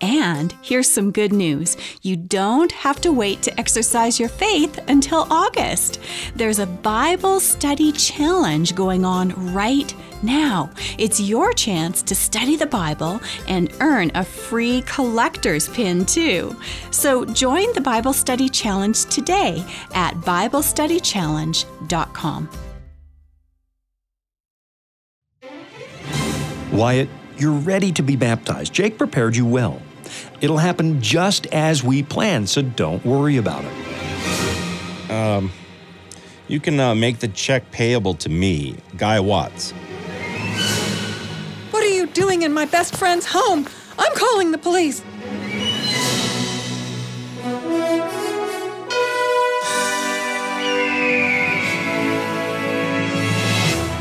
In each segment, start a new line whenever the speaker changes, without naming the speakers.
And here's some good news you don't have to wait to exercise your faith until August. There's a Bible study challenge going on right now. It's your chance to study the Bible and earn a free collector's pin, too. So join the Bible Study Challenge today at BibleStudyChallenge.com.
Wyatt, you're ready to be baptized. Jake prepared you well. It'll happen just as we planned, so don't worry about it.
Um, You can uh, make the check payable to me, Guy Watts.
What are you doing in my best friend's home? I'm calling the police.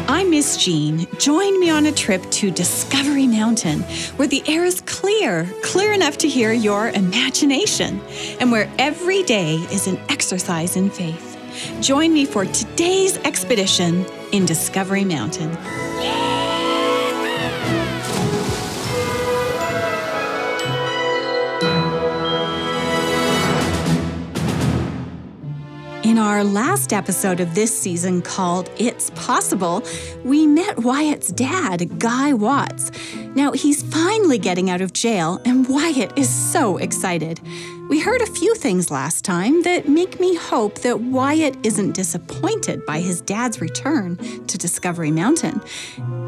I'm Miss Jean. Join me on a trip to Discovery Mountain, where the air is clear, clear enough to hear your imagination, and where every day is an exercise in faith. Join me for today's expedition in Discovery Mountain. In our last episode of this season called It's Possible, we met Wyatt's dad, Guy Watts. Now he's finally getting out of jail, and Wyatt is so excited. We heard a few things last time that make me hope that Wyatt isn't disappointed by his dad's return to Discovery Mountain.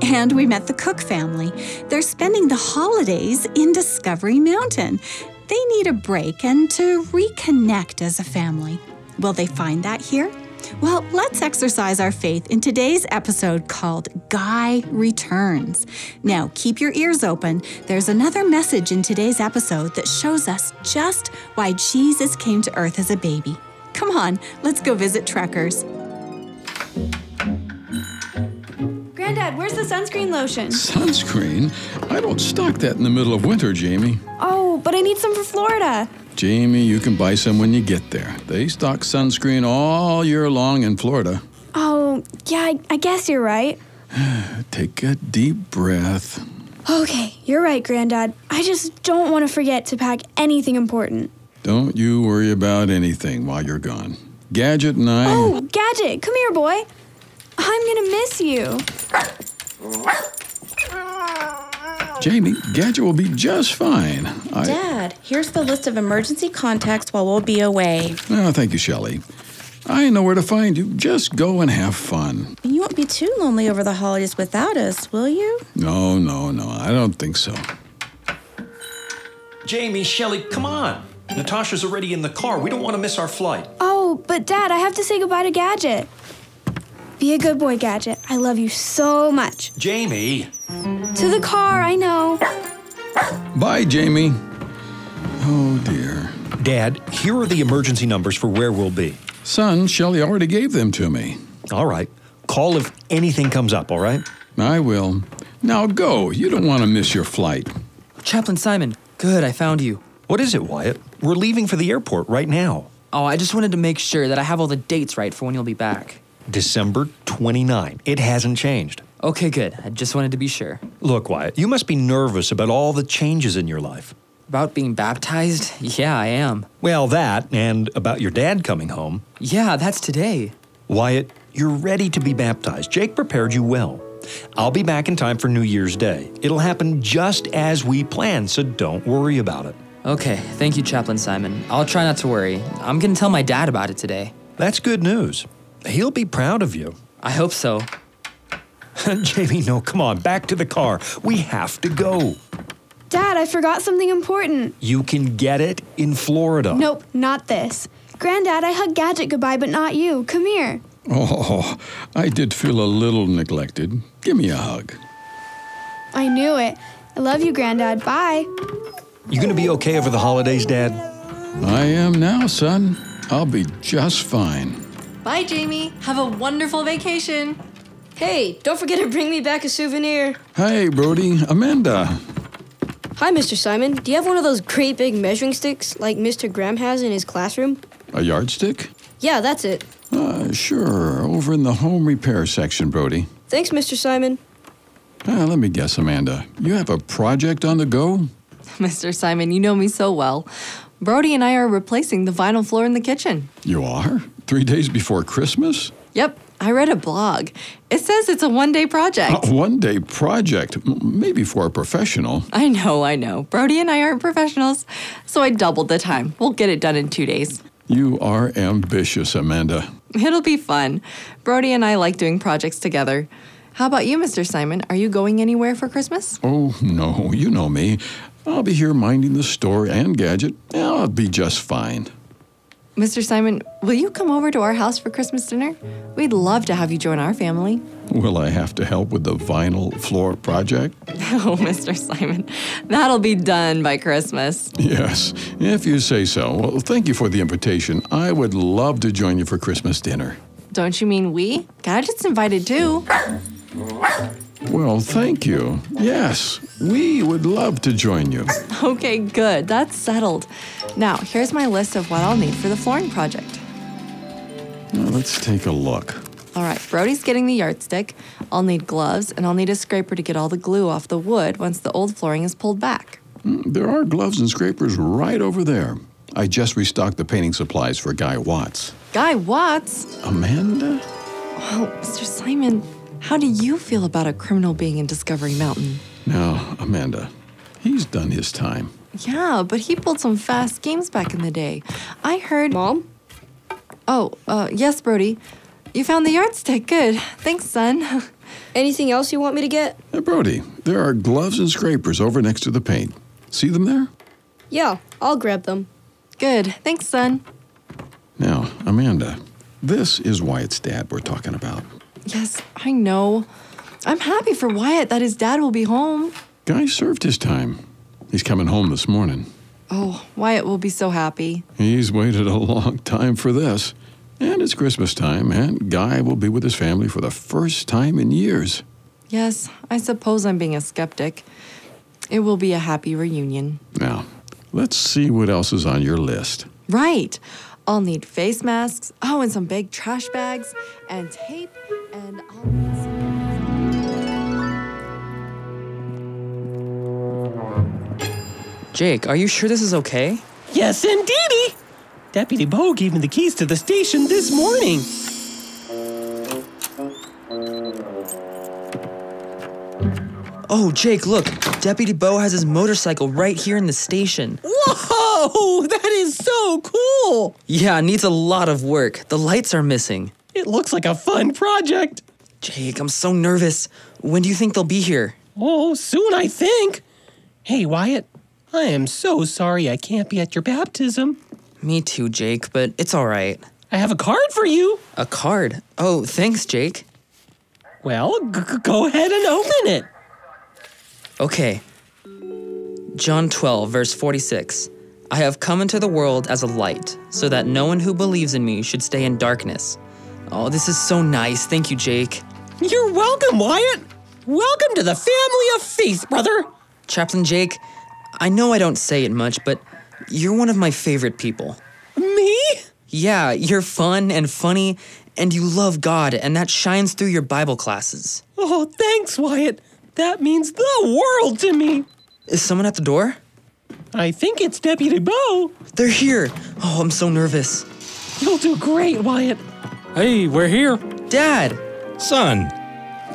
And we met the Cook family. They're spending the holidays in Discovery Mountain. They need a break and to reconnect as a family. Will they find that here? Well, let's exercise our faith in today's episode called Guy Returns. Now, keep your ears open. There's another message in today's episode that shows us just why Jesus came to earth as a baby. Come on, let's go visit Trekkers.
Granddad, where's the sunscreen lotion?
Sunscreen? I don't stock that in the middle of winter, Jamie.
Oh, but I need some for Florida.
Jamie, you can buy some when you get there. They stock sunscreen all year long in Florida.
Oh, yeah, I, I guess you're right.
Take a deep breath.
Okay, you're right, Granddad. I just don't want to forget to pack anything important.
Don't you worry about anything while you're gone. Gadget and I.
Oh, Gadget, come here, boy. I'm gonna miss you.
Jamie, Gadget will be just fine. I,
Dad, here's the list of emergency contacts while we'll be away.
Oh, thank you, Shelley. I know where to find you. Just go and have fun.
You won't be too lonely over the holidays without us, will you?
No, no, no. I don't think so.
Jamie, Shelly, come on. Natasha's already in the car. We don't want to miss our flight.
Oh, but Dad, I have to say goodbye to Gadget. Be a good boy, Gadget. I love you so much.
Jamie.
To the car, I know.
Bye, Jamie. Oh, dear.
Dad, here are the emergency numbers for where we'll be.
Son, Shelley already gave them to me.
All right. Call if anything comes up, all right?
I will. Now go. You don't want to miss your flight.
Chaplain Simon, good, I found you.
What is it, Wyatt? We're leaving for the airport right now.
Oh, I just wanted to make sure that I have all the dates right for when you'll be back.
December 29. It hasn't changed.
Okay, good. I just wanted to be sure.
Look, Wyatt, you must be nervous about all the changes in your life.
About being baptized? Yeah, I am.
Well, that and about your dad coming home.
Yeah, that's today.
Wyatt, you're ready to be baptized. Jake prepared you well. I'll be back in time for New Year's Day. It'll happen just as we planned, so don't worry about it.
Okay, thank you, Chaplain Simon. I'll try not to worry. I'm gonna tell my dad about it today.
That's good news. He'll be proud of you.
I hope so.
Jamie, no, come on, back to the car. We have to go.
Dad, I forgot something important.
You can get it in Florida.
Nope, not this. Granddad, I hugged Gadget goodbye, but not you. Come here.
Oh, I did feel a little neglected. Give me a hug.
I knew it. I love you, Granddad. Bye.
You gonna be okay over the holidays, Dad?
I am now, son. I'll be just fine.
Bye, Jamie. Have a wonderful vacation.
Hey, don't forget to bring me back a souvenir.
Hey, Brody, Amanda.
Hi, Mr. Simon. Do you have one of those great big measuring sticks like Mr. Graham has in his classroom?
A yardstick?
Yeah, that's it.
Uh, sure, over in the home repair section, Brody.
Thanks, Mr. Simon.
Uh, let me guess, Amanda. You have a project on the go?
Mr. Simon, you know me so well. Brody and I are replacing the vinyl floor in the kitchen.
You are? Three days before Christmas?
Yep, I read a blog. It says it's a one day project.
A Uh, one day project? M- Maybe for a professional.
I know, I know. Brody and I aren't professionals, so I doubled the time. We'll get it done in two days.
You are ambitious, Amanda.
It'll be fun. Brody and I like doing projects together. How about you, Mr. Simon? Are you going anywhere for Christmas?
Oh, no, you know me. I'll be here minding the store and gadget. I'll be just fine.
Mr. Simon, will you come over to our house for Christmas dinner? We'd love to have you join our family.
Will I have to help with the vinyl floor project?
Oh, Mr. Simon, that'll be done by Christmas.
Yes, if you say so. Well, thank you for the invitation. I would love to join you for Christmas dinner.
Don't you mean we? Gadget's invited too.
Well, thank you. Yes, we would love to join you.
Okay, good. That's settled. Now, here's my list of what I'll need for the flooring project.
Now, let's take a look.
All right, Brody's getting the yardstick. I'll need gloves, and I'll need a scraper to get all the glue off the wood once the old flooring is pulled back.
There are gloves and scrapers right over there. I just restocked the painting supplies for Guy Watts.
Guy Watts?
Amanda?
Oh, Mr. Simon, how do you feel about a criminal being in Discovery Mountain?
No, Amanda. He's done his time.
Yeah, but he pulled some fast games back in the day. I heard.
Mom?
Oh, uh, yes, Brody. You found the yardstick. Good. Thanks, son.
Anything else you want me to get?
Hey, Brody, there are gloves and scrapers over next to the paint. See them there?
Yeah, I'll grab them.
Good. Thanks, son.
Now, Amanda, this is Wyatt's dad we're talking about.
Yes, I know. I'm happy for Wyatt that his dad will be home.
Guy served his time. He's coming home this morning.
Oh, Wyatt will be so happy.
He's waited a long time for this. And it's Christmas time, and Guy will be with his family for the first time in years.
Yes, I suppose I'm being a skeptic. It will be a happy reunion.
Now, let's see what else is on your list.
Right. I'll need face masks. Oh, and some big trash bags and tape. And I'll need some.
Jake, are you sure this is okay?
Yes, indeedy! Deputy Bo gave me the keys to the station this morning.
Oh, Jake, look. Deputy Bo has his motorcycle right here in the station.
Whoa! That is so cool!
Yeah, needs a lot of work. The lights are missing.
It looks like a fun project.
Jake, I'm so nervous. When do you think they'll be here?
Oh, soon, I think. Hey, Wyatt, I am so sorry I can't be at your baptism.
Me too, Jake, but it's all right.
I have a card for you.
A card. Oh, thanks, Jake.
Well, g- g- go ahead and open it.
Okay. John 12, verse 46. I have come into the world as a light, so that no one who believes in me should stay in darkness. Oh, this is so nice. Thank you, Jake.
You're welcome, Wyatt. Welcome to the family of faith, brother.
Chaplain Jake, I know I don't say it much, but you're one of my favorite people.
Me?
Yeah, you're fun and funny, and you love God, and that shines through your Bible classes.
Oh, thanks, Wyatt. That means the world to me.
Is someone at the door?
I think it's Deputy Bo.
They're here. Oh, I'm so nervous.
You'll do great, Wyatt.
Hey, we're here.
Dad!
Son,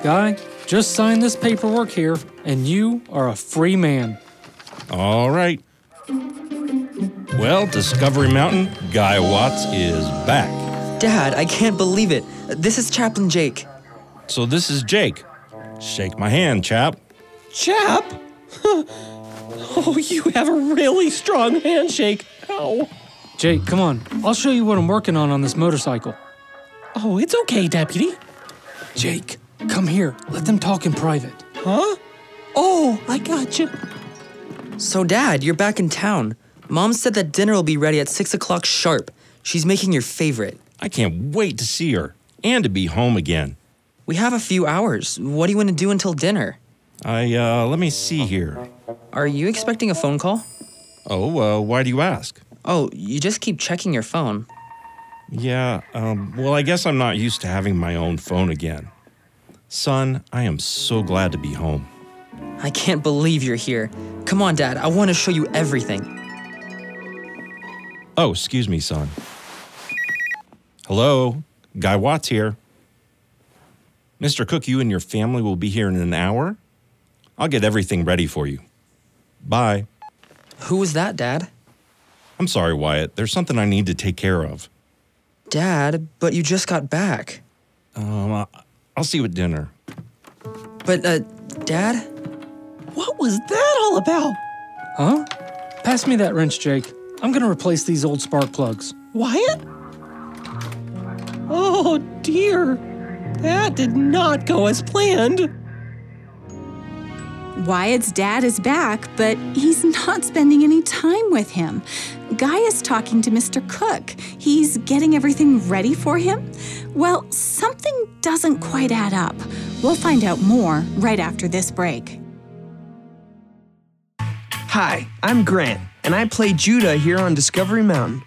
Guy, just sign this paperwork here, and you are a free man.
all right. Well, Discovery Mountain, Guy Watts is back.
Dad, I can't believe it. This is Chaplain Jake.
So this is Jake. Shake my hand, chap.
Chap? oh, you have a really strong handshake. Ow.
Jake, come on. I'll show you what I'm working on on this motorcycle.
Oh, it's okay, Deputy.
Jake, come here. Let them talk in private.
Huh? Oh, I gotcha.
So, Dad, you're back in town. Mom said that dinner will be ready at 6 o'clock sharp. She's making your favorite.
I can't wait to see her and to be home again.
We have a few hours. What do you want to do until dinner?
I, uh, let me see here.
Are you expecting a phone call?
Oh, uh, why do you ask?
Oh, you just keep checking your phone.
Yeah, um, well, I guess I'm not used to having my own phone again. Son, I am so glad to be home.
I can't believe you're here. Come on, Dad, I want to show you everything.
Oh, excuse me, son. Hello, Guy Watts here. Mr. Cook, you and your family will be here in an hour. I'll get everything ready for you. Bye.
Who was that, Dad?
I'm sorry, Wyatt. There's something I need to take care of.
Dad, but you just got back.
Um,
uh,
I- I'll see you at dinner.
But, uh, Dad?
What was that all about? Huh? Pass me that wrench, Jake. I'm gonna replace these old spark plugs.
Wyatt? Oh dear. That did not go as planned.
Wyatt's dad is back, but he's not spending any time with him. Guy is talking to Mr. Cook. He's getting everything ready for him. Well, something doesn't quite add up. We'll find out more right after this break.
Hi, I'm Grant, and I play Judah here on Discovery Mountain.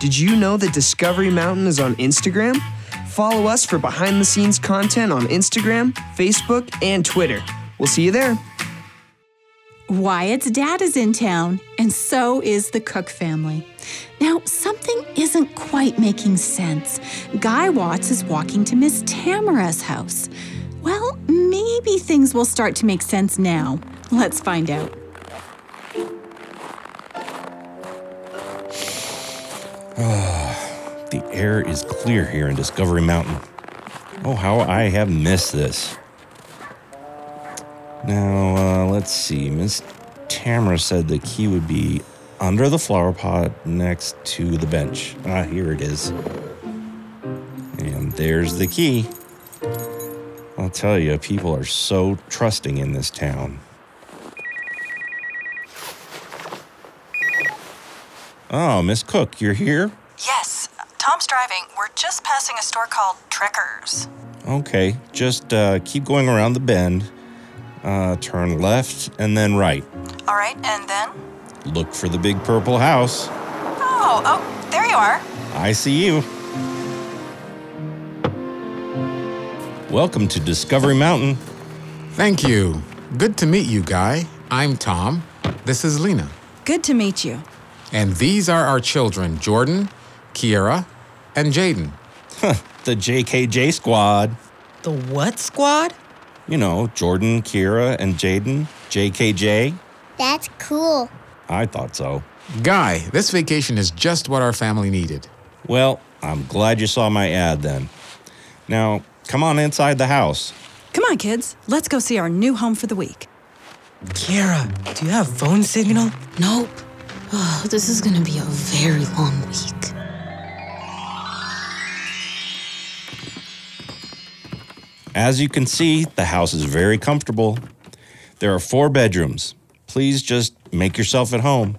Did you know that Discovery Mountain is on Instagram? Follow us for behind the scenes content on Instagram, Facebook, and Twitter. We'll see you there.
Wyatt's dad is in town, and so is the Cook family. Now, something isn't quite making sense. Guy Watts is walking to Miss Tamara's house. Well, maybe things will start to make sense now. Let's find out.
Ah, the air is clear here in Discovery Mountain. Oh, how I have missed this. Now, uh, let's see. Miss Tamara said the key would be under the flower pot next to the bench. Ah, here it is. And there's the key. I'll tell you, people are so trusting in this town. Oh, Miss Cook, you're here?
Yes, Tom's driving. We're just passing a store called Trekkers.
Okay, just uh, keep going around the bend, uh, turn left, and then right.
All right, and then?
Look for the big purple house.
Oh, oh, there you are.
I see you. Welcome to Discovery Mountain.
Thank you. Good to meet you, Guy. I'm Tom. This is Lena.
Good to meet you.
And these are our children Jordan, Kiera, and Jaden.
the JKJ squad.
The what squad?
You know, Jordan, Kira, and Jaden. JKJ.
That's cool.
I thought so.
Guy, this vacation is just what our family needed.
Well, I'm glad you saw my ad then. Now, come on inside the house.
Come on, kids. Let's go see our new home for the week.
Kira, do you have phone signal?
Nope. Oh, this is gonna be a very long week.
As you can see, the house is very comfortable. There are four bedrooms. Please just make yourself at home.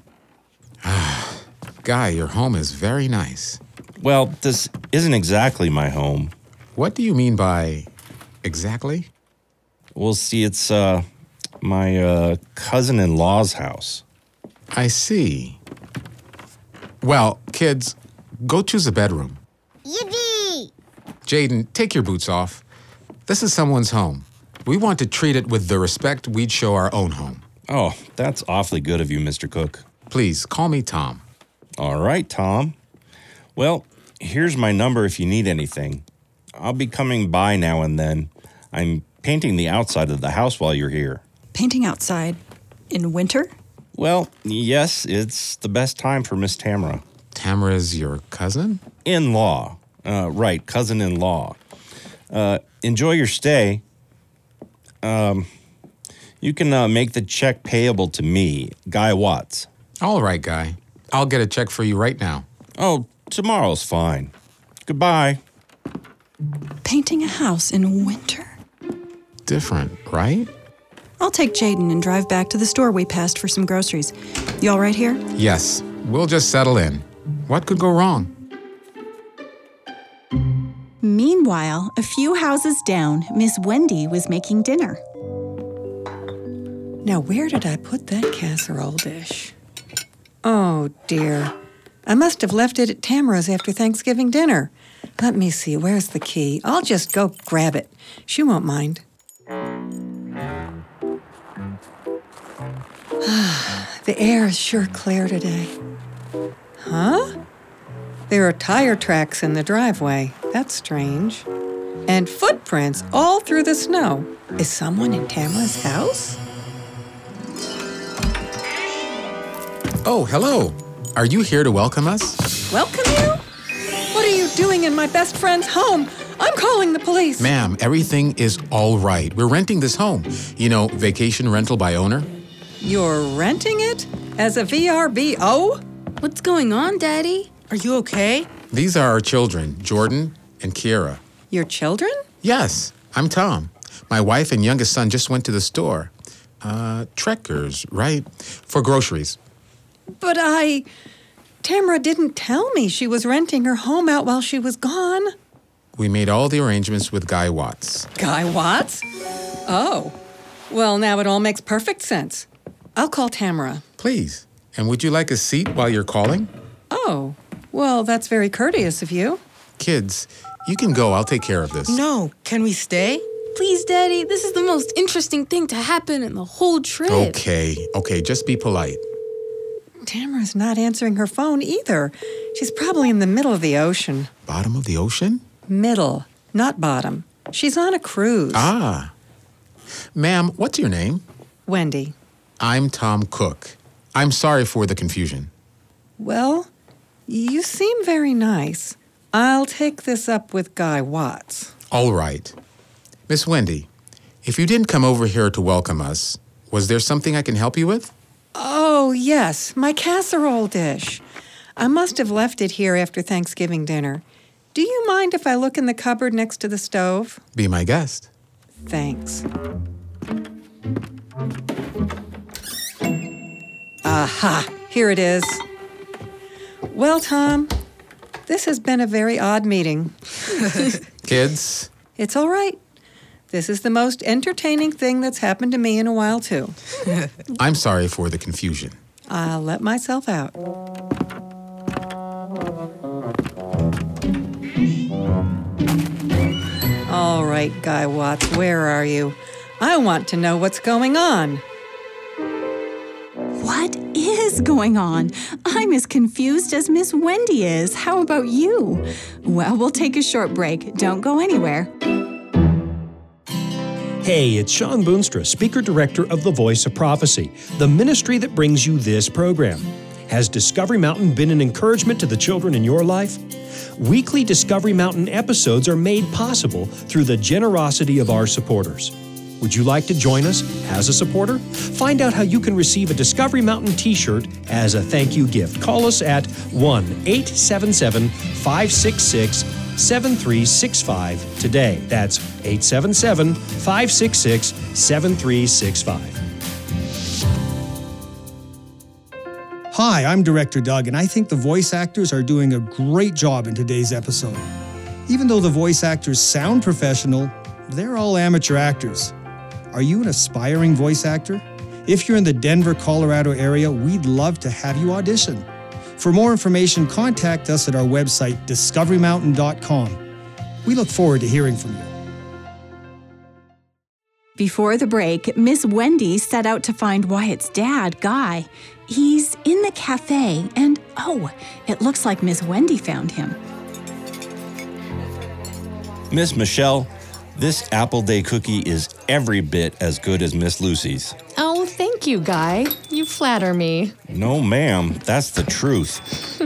Guy, your home is very nice.
Well, this isn't exactly my home.
What do you mean by exactly?
Well, see, it's uh, my uh, cousin in law's house.
I see. Well, kids, go choose a bedroom.
Yippee!
Jaden, take your boots off. This is someone's home. We want to treat it with the respect we'd show our own home.
Oh, that's awfully good of you, Mr. Cook.
Please call me Tom.
All right, Tom. Well, here's my number if you need anything. I'll be coming by now and then. I'm painting the outside of the house while you're here.
Painting outside in winter?
Well, yes, it's the best time for Miss Tamara.
Tamara's your cousin?
In law. Uh, right, cousin in law. Uh, enjoy your stay. Um, you can uh, make the check payable to me, Guy Watts.
All right, Guy. I'll get a check for you right now.
Oh, tomorrow's fine. Goodbye.
Painting a house in winter?
Different, right?
I'll take Jaden and drive back to the store we passed for some groceries. You all right here?
Yes, we'll just settle in. What could go wrong?
Meanwhile, a few houses down, Miss Wendy was making dinner.
Now, where did I put that casserole dish? Oh dear. I must have left it at Tamara's after Thanksgiving dinner. Let me see, where's the key? I'll just go grab it. She won't mind. the air is sure clear today. Huh? There are tire tracks in the driveway. That's strange. And footprints all through the snow. Is someone in Tamara's house?
Oh, hello. Are you here to welcome us?
Welcome you? What are you doing in my best friend's home? I'm calling the police.
Ma'am, everything is all right. We're renting this home. You know, vacation rental by owner.
You're renting it? As a VRBO?
What's going on, Daddy?
Are you okay?
These are our children, Jordan and Kiera.
Your children?
Yes, I'm Tom. My wife and youngest son just went to the store. Uh, Trekkers, right? For groceries.
But I. Tamara didn't tell me she was renting her home out while she was gone.
We made all the arrangements with Guy Watts.
Guy Watts? Oh. Well, now it all makes perfect sense. I'll call Tamara.
Please. And would you like a seat while you're calling?
Oh. Well, that's very courteous of you.
Kids, you can go. I'll take care of this.
No, can we stay?
Please, Daddy, this is the most interesting thing to happen in the whole trip.
Oh. Okay, okay, just be polite.
Tamara's not answering her phone either. She's probably in the middle of the ocean.
Bottom of the ocean?
Middle, not bottom. She's on a cruise.
Ah. Ma'am, what's your name?
Wendy.
I'm Tom Cook. I'm sorry for the confusion.
Well, you seem very nice. I'll take this up with Guy Watts.
All right. Miss Wendy, if you didn't come over here to welcome us, was there something I can help you with?
Oh, yes, my casserole dish. I must have left it here after Thanksgiving dinner. Do you mind if I look in the cupboard next to the stove?
Be my guest.
Thanks. Aha, here it is. Well, Tom, this has been a very odd meeting.
Kids,
It's all right. This is the most entertaining thing that's happened to me in a while, too.
I'm sorry for the confusion.
I'll let myself out. All right, Guy Watts, where are you? I want to know what's going on.
What is going on? I'm as confused as Miss Wendy is. How about you? Well, we'll take a short break. Don't go anywhere.
Hey, it's Sean Boonstra, speaker director of The Voice of Prophecy, the ministry that brings you this program. Has Discovery Mountain been an encouragement to the children in your life? Weekly Discovery Mountain episodes are made possible through the generosity of our supporters. Would you like to join us as a supporter? Find out how you can receive a Discovery Mountain t shirt as a thank you gift. Call us at 1 877 566 7365 today. That's 877 566 7365.
Hi, I'm Director Doug, and I think the voice actors are doing a great job in today's episode. Even though the voice actors sound professional, they're all amateur actors. Are you an aspiring voice actor? If you're in the Denver, Colorado area, we'd love to have you audition. For more information, contact us at our website, discoverymountain.com. We look forward to hearing from you.
Before the break, Miss Wendy set out to find Wyatt's dad, Guy. He's in the cafe, and oh, it looks like Miss Wendy found him.
Miss Michelle, this apple day cookie is every bit as good as Miss Lucy's.
Oh, thank you, Guy. You flatter me.
No, ma'am, that's the truth.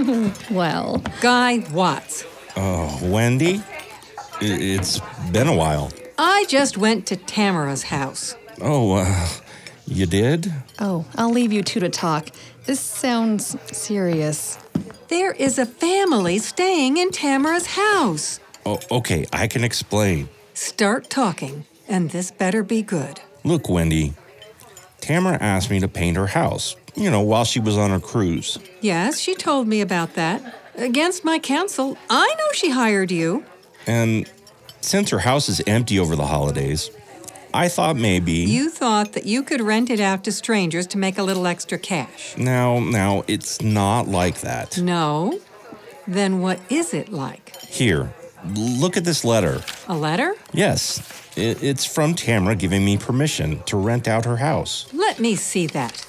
well,
Guy Watts.
Oh, Wendy, I- it's been a while.
I just went to Tamara's house.
Oh, uh, you did?
oh, I'll leave you two to talk. This sounds serious.
There is a family staying in Tamara's house.
Oh, okay, I can explain.
Start talking, and this better be good.
Look, Wendy, Tamara asked me to paint her house, you know, while she was on her cruise.
Yes, she told me about that. Against my counsel, I know she hired you.
And Since her house is empty over the holidays, I thought maybe.
You thought that you could rent it out to strangers to make a little extra cash.
Now, now, it's not like that.
No? Then what is it like?
Here, look at this letter.
A letter?
Yes, i- it's from Tamara giving me permission to rent out her house.
Let me see that.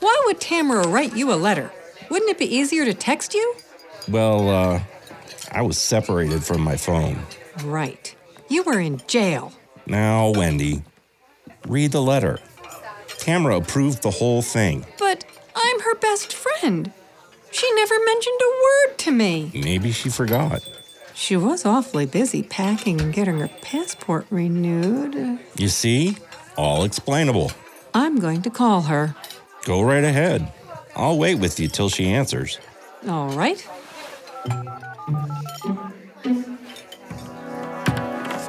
Why would Tamara write you a letter? Wouldn't it be easier to text you?
Well, uh, I was separated from my phone.
Right. You were in jail.
Now, Wendy, read the letter. Tamara approved the whole thing.
But I'm her best friend. She never mentioned a word to me.
Maybe she forgot.
She was awfully busy packing and getting her passport renewed. Uh,
You see? All explainable.
I'm going to call her.
Go right ahead. I'll wait with you till she answers.
All right.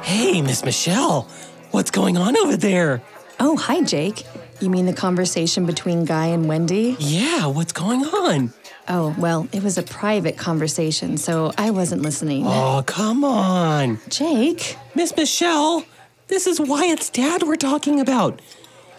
Hey, Miss Michelle, what's going on over there?
Oh, hi, Jake. You mean the conversation between Guy and Wendy?
Yeah, what's going on?
Oh, well, it was a private conversation, so I wasn't listening.
Oh, come on.
Jake?
Miss Michelle, this is Wyatt's dad we're talking about.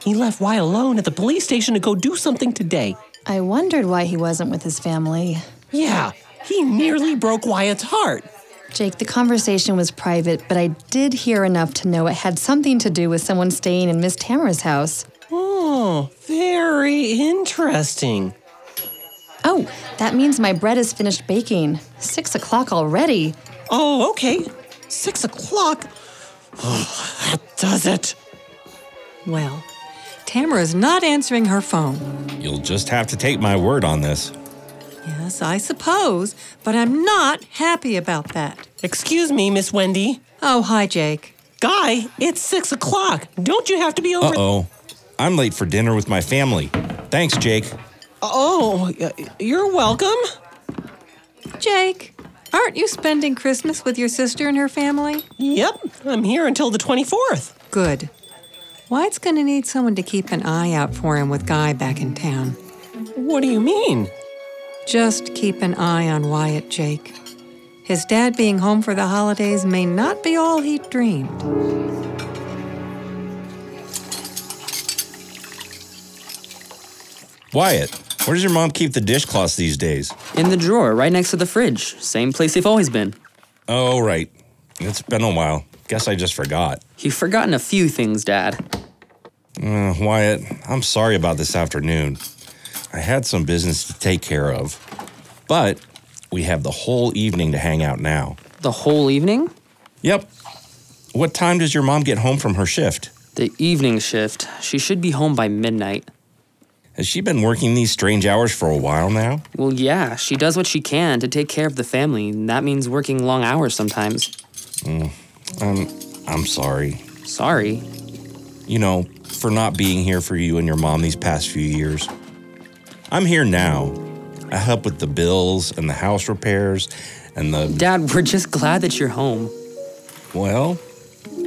He left Wyatt alone at the police station to go do something today.
I wondered why he wasn't with his family.
Yeah, he nearly broke Wyatt's heart.
Jake, the conversation was private, but I did hear enough to know it had something to do with someone staying in Miss Tamara's house.
Oh, very interesting.
Oh, that means my bread is finished baking. Six o'clock already.
Oh, okay. Six o'clock? that does it.
Well, Tamara's not answering her phone.
You'll just have to take my word on this.
Yes, I suppose, but I'm not happy about that.
Excuse me, Miss Wendy.
Oh, hi, Jake.
Guy, it's six o'clock. Don't you have to be over?
Uh oh. I'm late for dinner with my family. Thanks, Jake.
Oh, y- you're welcome.
Jake, aren't you spending Christmas with your sister and her family?
Yep, I'm here until the 24th.
Good. Wyatt's going to need someone to keep an eye out for him with Guy back in town.
What do you mean?
Just keep an eye on Wyatt, Jake. His dad being home for the holidays may not be all he dreamed.
Wyatt, where does your mom keep the dishcloths these days?
In the drawer, right next to the fridge. Same place they've always been.
Oh, right. It's been a while. Guess I just forgot.
You've forgotten a few things, Dad.
Uh, Wyatt, I'm sorry about this afternoon. I had some business to take care of. But we have the whole evening to hang out now.
The whole evening?
Yep. What time does your mom get home from her shift?
The evening shift. She should be home by midnight.
Has she been working these strange hours for a while now?
Well, yeah, she does what she can to take care of the family, and that means working long hours sometimes.
Mm, I'm, I'm sorry.
Sorry?
You know, for not being here for you and your mom these past few years. I'm here now. I help with the bills and the house repairs and the.
Dad, we're just glad that you're home.
Well,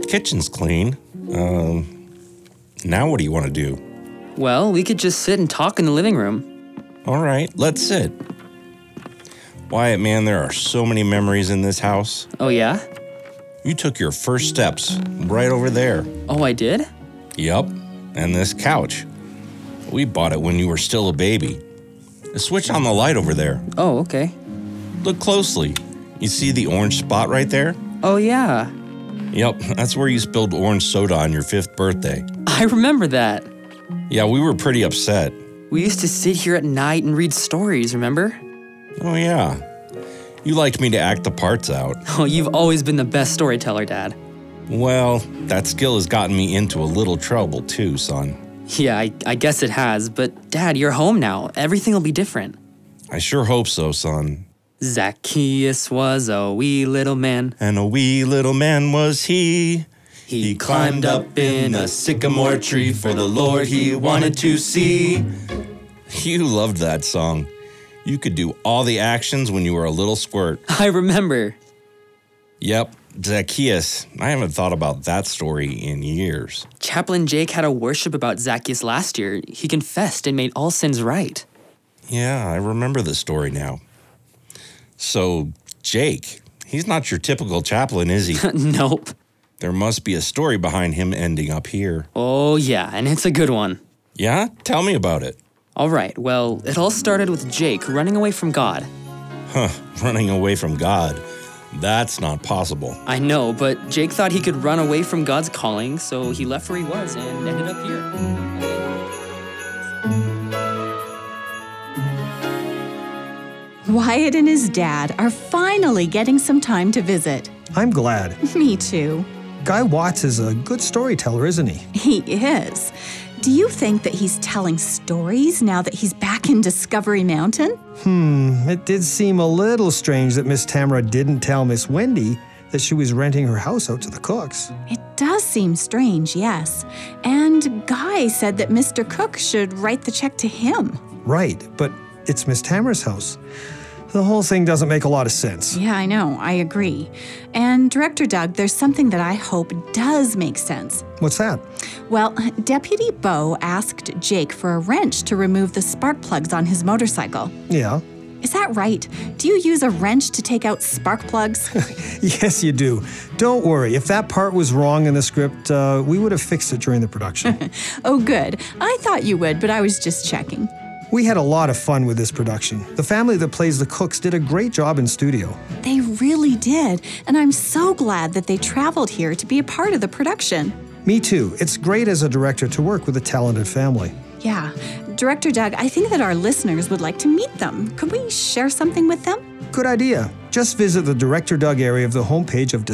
kitchen's clean. Um, now what do you want to do?
Well, we could just sit and talk in the living room.
All right, let's sit. Wyatt, man, there are so many memories in this house.
Oh, yeah?
You took your first steps right over there.
Oh, I did?
Yep, and this couch. We bought it when you were still a baby. Switch on the light over there.
Oh, okay.
Look closely. You see the orange spot right there?
Oh, yeah.
Yep, that's where you spilled orange soda on your fifth birthday.
I remember that.
Yeah, we were pretty upset.
We used to sit here at night and read stories, remember?
Oh, yeah. You liked me to act the parts out.
Oh, you've always been the best storyteller, Dad.
Well, that skill has gotten me into a little trouble, too, son.
Yeah, I, I guess it has, but Dad, you're home now. Everything will be different.
I sure hope so, son.
Zacchaeus was a wee little man.
And a wee little man was he.
He
climbed up in a sycamore tree for the Lord he wanted to see. You loved that song. You could do all the actions when you were a little squirt.
I remember.
Yep, Zacchaeus. I haven't thought about that story in years.
Chaplain Jake had a worship about Zacchaeus last year. He confessed and made all sins right.
Yeah, I remember this story now. So, Jake, He's not your typical chaplain, is he?
nope.
There must be a story behind him ending up here.
Oh, yeah, and it's a good one.
Yeah? Tell me about it.
All right, well, it all started with Jake running away from God.
Huh, running away from God. That's not possible.
I know, but Jake thought he could run away from God's calling, so he left where he was and ended up here.
Wyatt and his dad are finally getting some time to visit.
I'm glad.
Me too.
Guy Watts is a good storyteller, isn't he?
He is. Do you think that he's telling stories now that he's back in Discovery Mountain?
Hmm, it did seem a little strange that Miss Tamara didn't tell Miss Wendy that she was renting her house out to the cooks.
It does seem strange, yes. And Guy said that Mr. Cook should write the check to him.
Right, but it's Miss Tamara's house. The whole thing doesn't make a lot of sense.
Yeah, I know, I agree. And Director Doug, there's something that I hope does make sense.
What's that?
Well, Deputy Bo asked Jake for a wrench to remove the spark plugs on his motorcycle.
Yeah.
Is that right? Do you use a wrench to take out spark plugs?
Yes, you do. Don't worry. If that part was wrong in the script, uh, we would have fixed it during the production.
oh, good. I thought you would, but I was just checking.
we had a lot of fun with this production. The family that plays the cooks did a great job in studio.
They really did, and I'm so glad that they traveled here to be a part of the production.
Me too. It's great as a director to work with a talented family.
Yeah. Director Doug, I think that our listeners would like to meet them. Could we share something with them?
Good idea. Just visit the Director Doug area of the homepage of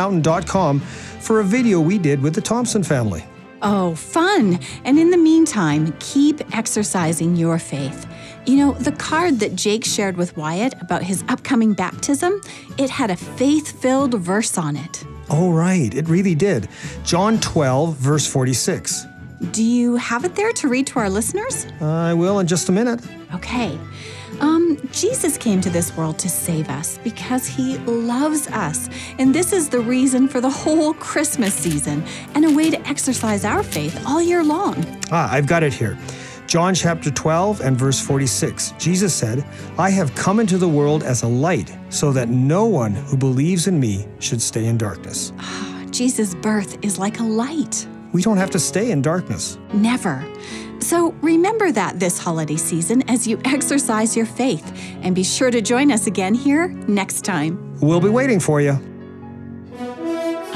discoverymountain.com for a video we did with the Thompson family.
Oh, fun! And in the meantime, keep exercising your faith. You know, the card that Jake shared with Wyatt about his upcoming baptism, it had a faith filled verse on it.
Oh, right, it really did. John 12, verse 46.
Do you have it there to read to our listeners?
I will in just a minute.
Okay. Um, Jesus came to this world to save us because he loves us. And this is the reason for the whole Christmas season and a way to exercise our faith all year long.
Ah, I've got it here. John chapter 12 and verse 46. Jesus said, I have come into the world as a light, so that no one who believes in me should stay in darkness.
Jesus' birth is like a light.
We don't have to stay in darkness.
Never. So remember that this holiday season as you exercise your faith and be sure to join us again here next time.
We'll be waiting for you.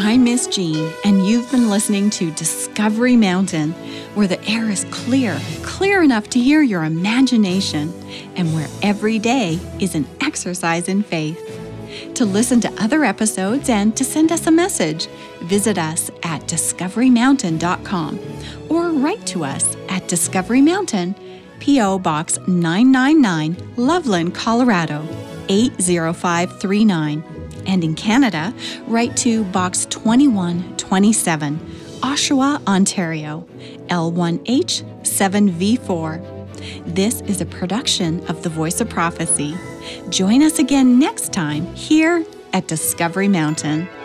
I'm Miss Jean, and you've been listening to Discovery Mountain, where the air is clear, clear enough to hear your imagination, and where every day is an exercise in faith. To listen to other episodes and to send us a message, visit us at discoverymountain.com or write to us at Discovery Mountain, P.O. Box 999, Loveland, Colorado 80539. And in Canada, write to Box 2127, Oshawa, Ontario L1H7V4. This is a production of The Voice of Prophecy. Join us again next time here at Discovery Mountain.